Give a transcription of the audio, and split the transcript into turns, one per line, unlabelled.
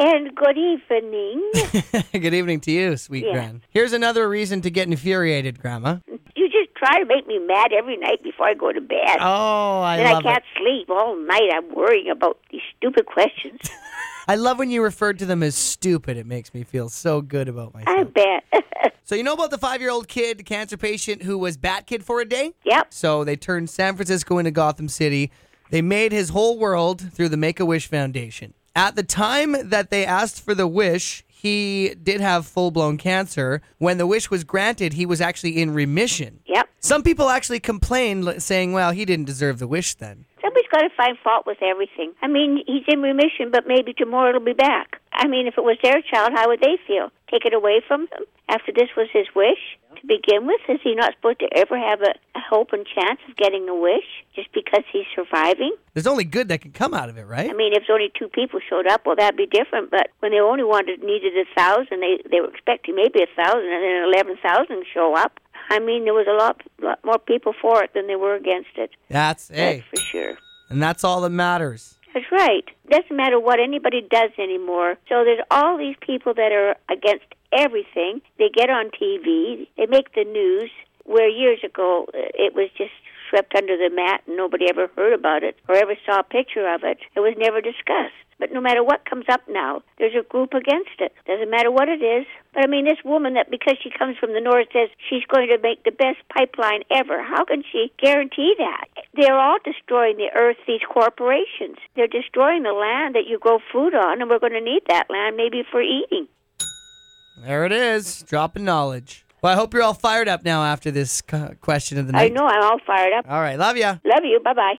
And good evening.
Good evening to you, sweet
Yeah.
Gran. Here's another reason to get infuriated, Grandma.
you just try to make me mad every night before I go to bed.
Oh, I
then I
love
can't
it.
sleep all night. I'm worrying about these stupid questions.
I love when you referred to them as stupid. It makes me feel so good about
I
myself.
bet.
So you know about the five-year-old kid, cancer patient, who was bat kid for a day?
yep.
So they turned San Francisco into Gotham City. They made his whole world through the Make a Wish Foundation. At the time that they asked for the wish, he did have full blown cancer. When the wish was granted, he was actually in remission.
Yep.
Some people actually complained, li- saying, well, he didn't deserve the wish then.
Somebody's got to find fault with everything. I mean, he's in remission, but maybe tomorrow it'll be back. I mean, if it was their child, how would they feel? Take it away from them after this was his wish to begin with? Is he not supposed to ever have a, a hope and chance of getting a wish just because he's surviving?
There's only good that can come out of it, right?
I mean, if only two people showed up, well, that'd be different. But when they only wanted needed a thousand, they they were expecting maybe a thousand, and then eleven thousand show up. I mean, there was a lot lot more people for it than there were against it.
That's, hey,
That's for sure.
and that's all that matters.
That's right. Doesn't matter what anybody does anymore. So there's all these people that are against everything. They get on TV. They make the news. Where years ago uh, it was just swept under the mat and nobody ever heard about it or ever saw a picture of it. It was never discussed. But no matter what comes up now, there's a group against it. Doesn't matter what it is. But I mean, this woman that because she comes from the north says she's going to make the best pipeline ever. How can she guarantee that? They're all destroying the earth, these corporations. They're destroying the land that you grow food on, and we're going to need that land maybe for eating.
There it is, dropping knowledge. Well, I hope you're all fired up now after this cu- question of the
I
night.
know I'm all fired up.
All right, love ya.
Love you. Bye bye.